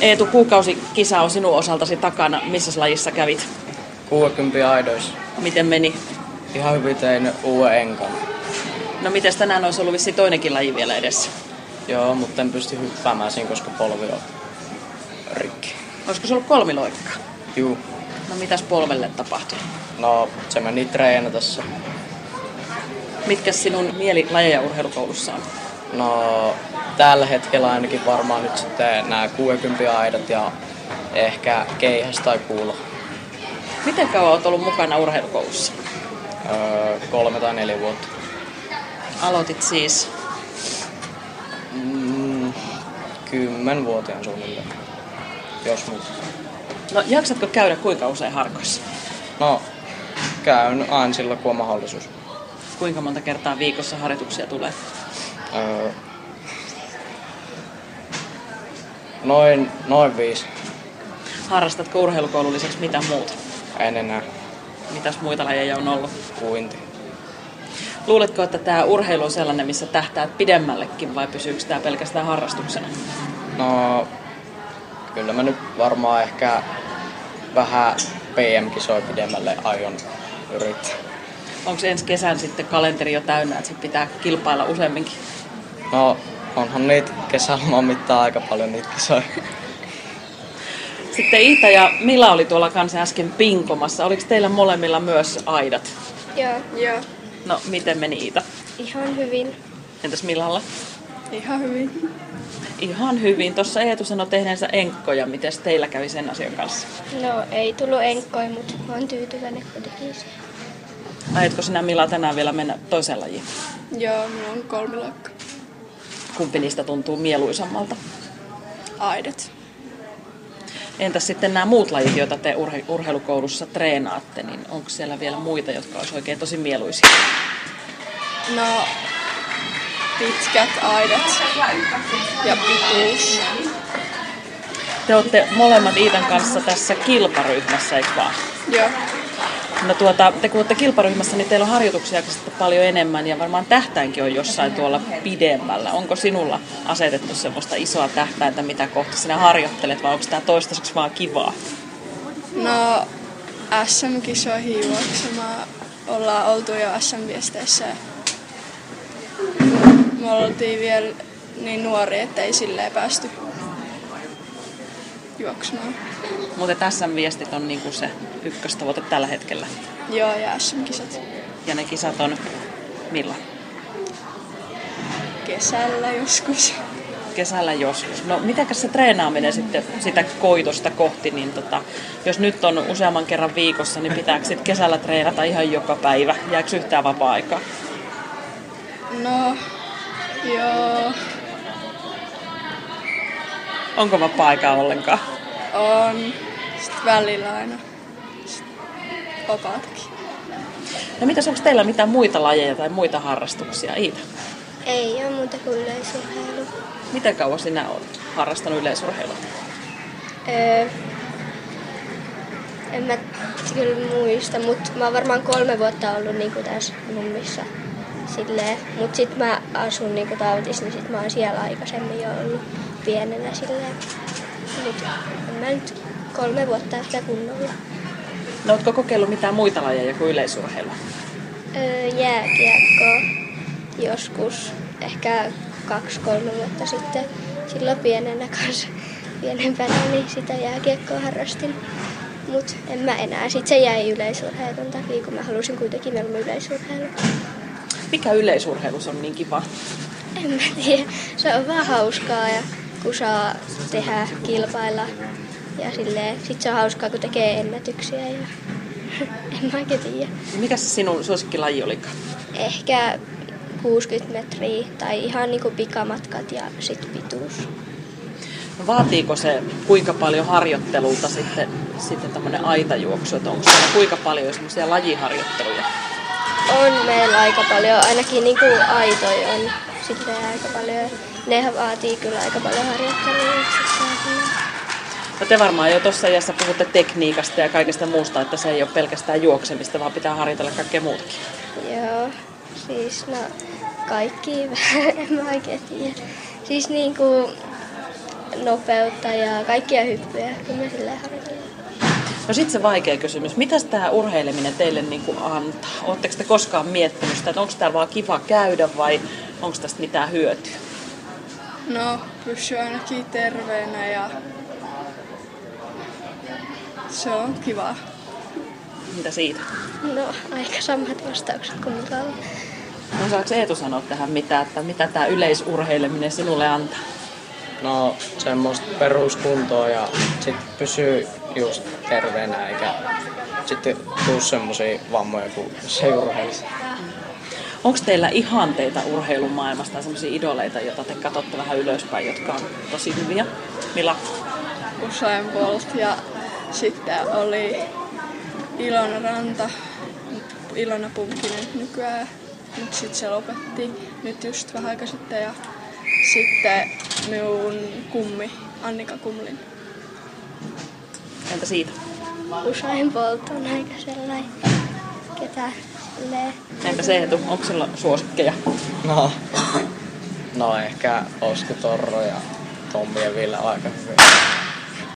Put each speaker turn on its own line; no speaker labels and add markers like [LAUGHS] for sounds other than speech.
Eetu, kuukausikisa on sinun osaltasi takana. Missä lajissa kävit?
60 aidoissa.
Miten meni?
Ihan hyvin tein uuden enkan.
No mites tänään olisi ollut vissiin toinenkin laji vielä edessä?
Joo, mutta en pysty hyppäämään siinä, koska polvi on rikki.
Olisiko se ollut kolmiloikka?
Juu.
No mitäs polvelle tapahtui?
No, se meni treenatessa.
Mitkä sinun mielilajeja urheilukoulussa on?
No, tällä hetkellä ainakin varmaan nyt sitten nämä 60 aidat ja ehkä keihäs tai kuulo.
Miten kauan olet ollut mukana urheilukoulussa?
Öö, kolme tai neljä vuotta.
Aloitit siis.
Mm, kymmenvuotiaan suunnilleen, jos muuta.
No jaksatko käydä kuinka usein harkoissa?
No, käyn aina silloin, kun on mahdollisuus.
Kuinka monta kertaa viikossa harjoituksia tulee?
Öö, noin, noin viisi.
Harrastatko urheilukoulun lisäksi mitä muuta?
En enää.
Mitäs muita lajeja on ollut?
Uinti.
Luuletko, että tämä urheilu on sellainen, missä tähtäät pidemmällekin vai pysyykö tämä pelkästään harrastuksena?
No, kyllä mä nyt varmaan ehkä vähän PM-kisoja pidemmälle aion yrittää.
Onko ensi kesän sitten kalenteri jo täynnä, että sit pitää kilpailla useamminkin?
No, onhan niitä kesäloman mittaan aika paljon niitä kisoja.
Sitten Iita ja Mila oli tuolla kanssa äsken pinkomassa. Oliko teillä molemmilla myös aidat?
Joo. Joo.
No, miten meni Iita?
Ihan hyvin.
Entäs Milalla?
Ihan hyvin.
Ihan hyvin. Tuossa Eetu sanoi tehneensä enkkoja. Miten teillä kävi sen asian kanssa?
No ei tullut enkkoi, mutta olen tyytyväinen, kun teki sen.
Aiotko sinä Mila tänään vielä mennä toiseen lajiin?
Joo, minulla on kolmiloikka.
Kumpi niistä tuntuu mieluisammalta?
Aidat.
Entäs sitten nämä muut lajit, joita te urhe- urheilukoulussa treenaatte, niin onko siellä vielä muita, jotka olisi oikein tosi mieluisia?
No, pitkät aidat ja pituus.
Te olette molemmat Iitan kanssa tässä kilparyhmässä, eikö vaan?
Joo,
No tuota, te kun olette kilparyhmässä, niin teillä on harjoituksia sitten paljon enemmän ja varmaan tähtäinkin on jossain tuolla pidemmällä. Onko sinulla asetettu semmoista isoa tähtäintä, mitä kohti sinä harjoittelet vai onko tämä toistaiseksi vaan kivaa?
no SM-kisoihin juoksemaan ollaan oltu jo SM-viesteissä. Me oltiin vielä niin nuori, ettei silleen päästy juoksemaan.
Mutta tässä viestit on niinku se ykköstavoite tällä hetkellä
Joo, ja SM-kisat
ja ne kisat on milloin?
kesällä joskus.
kesällä joskus. No mitenkäs se treenaaminen sitten sitä koitosta kohti, niin tota, jos nyt on useamman kerran viikossa, niin pitääkö sitten kesällä treenata ihan joka päivä? Jääkö yhtään vapaa-aikaa?
No, joo,
Onko vapaa-aikaa ollenkaan?
on. Sitten välillä aina. Sitten vapaatakin.
No mitäs, onko teillä mitään muita lajeja tai muita harrastuksia? Iita,
Ei ole muuta kuin yleisurheilu.
miten kauan sinä olet harrastanut yleisurheilua?
Öö, en mä kyllä muista, mutta mä oon varmaan kolme vuotta ollut niinku tässä nummissa. Silleen. Mut sit mä asun niinku tautissa, niin sit mä oon siellä aikaisemmin jo ollut pienenä silleen. Mut en mä nyt kolme vuotta sitä kunnolla.
No ootko kokeillut mitään muita lajeja kuin yleisurheilua?
Öö, jääkiekkoa joskus, ehkä kaksi-kolme vuotta sitten. Silloin pienenä kanssa, pienempänä, niin sitä jääkiekkoa harrastin. Mut en mä enää. Sitten se jäi yleisurheilun takia, kun mä halusin kuitenkin mieluummin yleisurheilun.
Mikä yleisurheilus on niin kiva?
En mä tiedä. Se on vaan hauskaa ja kun saa tehdä, kilpailla. Ja silleen, sit se on hauskaa, kun tekee ennätyksiä ja [LAUGHS] en mä oikein tiedä.
Mikä se sinun suosikkilaji olikaan?
ehkä 60 metriä tai ihan niinku pikamatkat ja sit pituus.
No Vaatiiko se kuinka paljon harjoittelulta sitten, sitten tämmöinen aitajuoksu, että onko siellä kuinka paljon semmoisia lajiharjoitteluja?
On meillä aika paljon, ainakin niinku aitoja on sitten aika paljon. Ne vaatii kyllä aika paljon harjoittelua. itsessään kyllä.
No te varmaan jo tuossa iässä puhutte tekniikasta ja kaikesta muusta, että se ei ole pelkästään juoksemista, vaan pitää harjoitella kaikkea muutakin.
Joo, siis [LAUGHS] no kaikki vähän, en mä oikein tiedä. Siis niinku nopeutta ja kaikkia hyppyjä, kun me sillä harjoitellaan.
No sitten se vaikea kysymys. Mitäs tämä urheileminen teille niin kuin antaa? Oletteko te koskaan miettinyt sitä, että onko täällä vaan kiva käydä vai onko tästä mitään hyötyä?
No, pysyy ainakin terveenä ja se on kiva.
Mitä siitä?
No, aika samat vastaukset kuin mulla on.
No saako Eetu sanoa tähän mitään, että mitä tämä yleisurheileminen sinulle antaa?
No semmoista peruskuntoa ja sit pysyy just terveenä eikä sitten tuu semmosia vammoja kuin seurheilisi.
Onko teillä ihanteita urheilumaailmasta tai sellaisia idoleita, joita te katsotte vähän ylöspäin, jotka on tosi hyviä? Mila?
Usain Bolt ja sitten oli Ilona Ranta, Ilona Pumkkinen nykyään. Nyt sit se lopetti nyt just vähän aika sitten ja sitten minun kummi Annika Kumlin.
Entä siitä?
Usain Bolt on aika sellainen, ketä silleen,
Entä se Eetu? Onko sillä suosikkeja?
No, no ehkä Osko Torro ja Tommi ja Ville aika hyvin.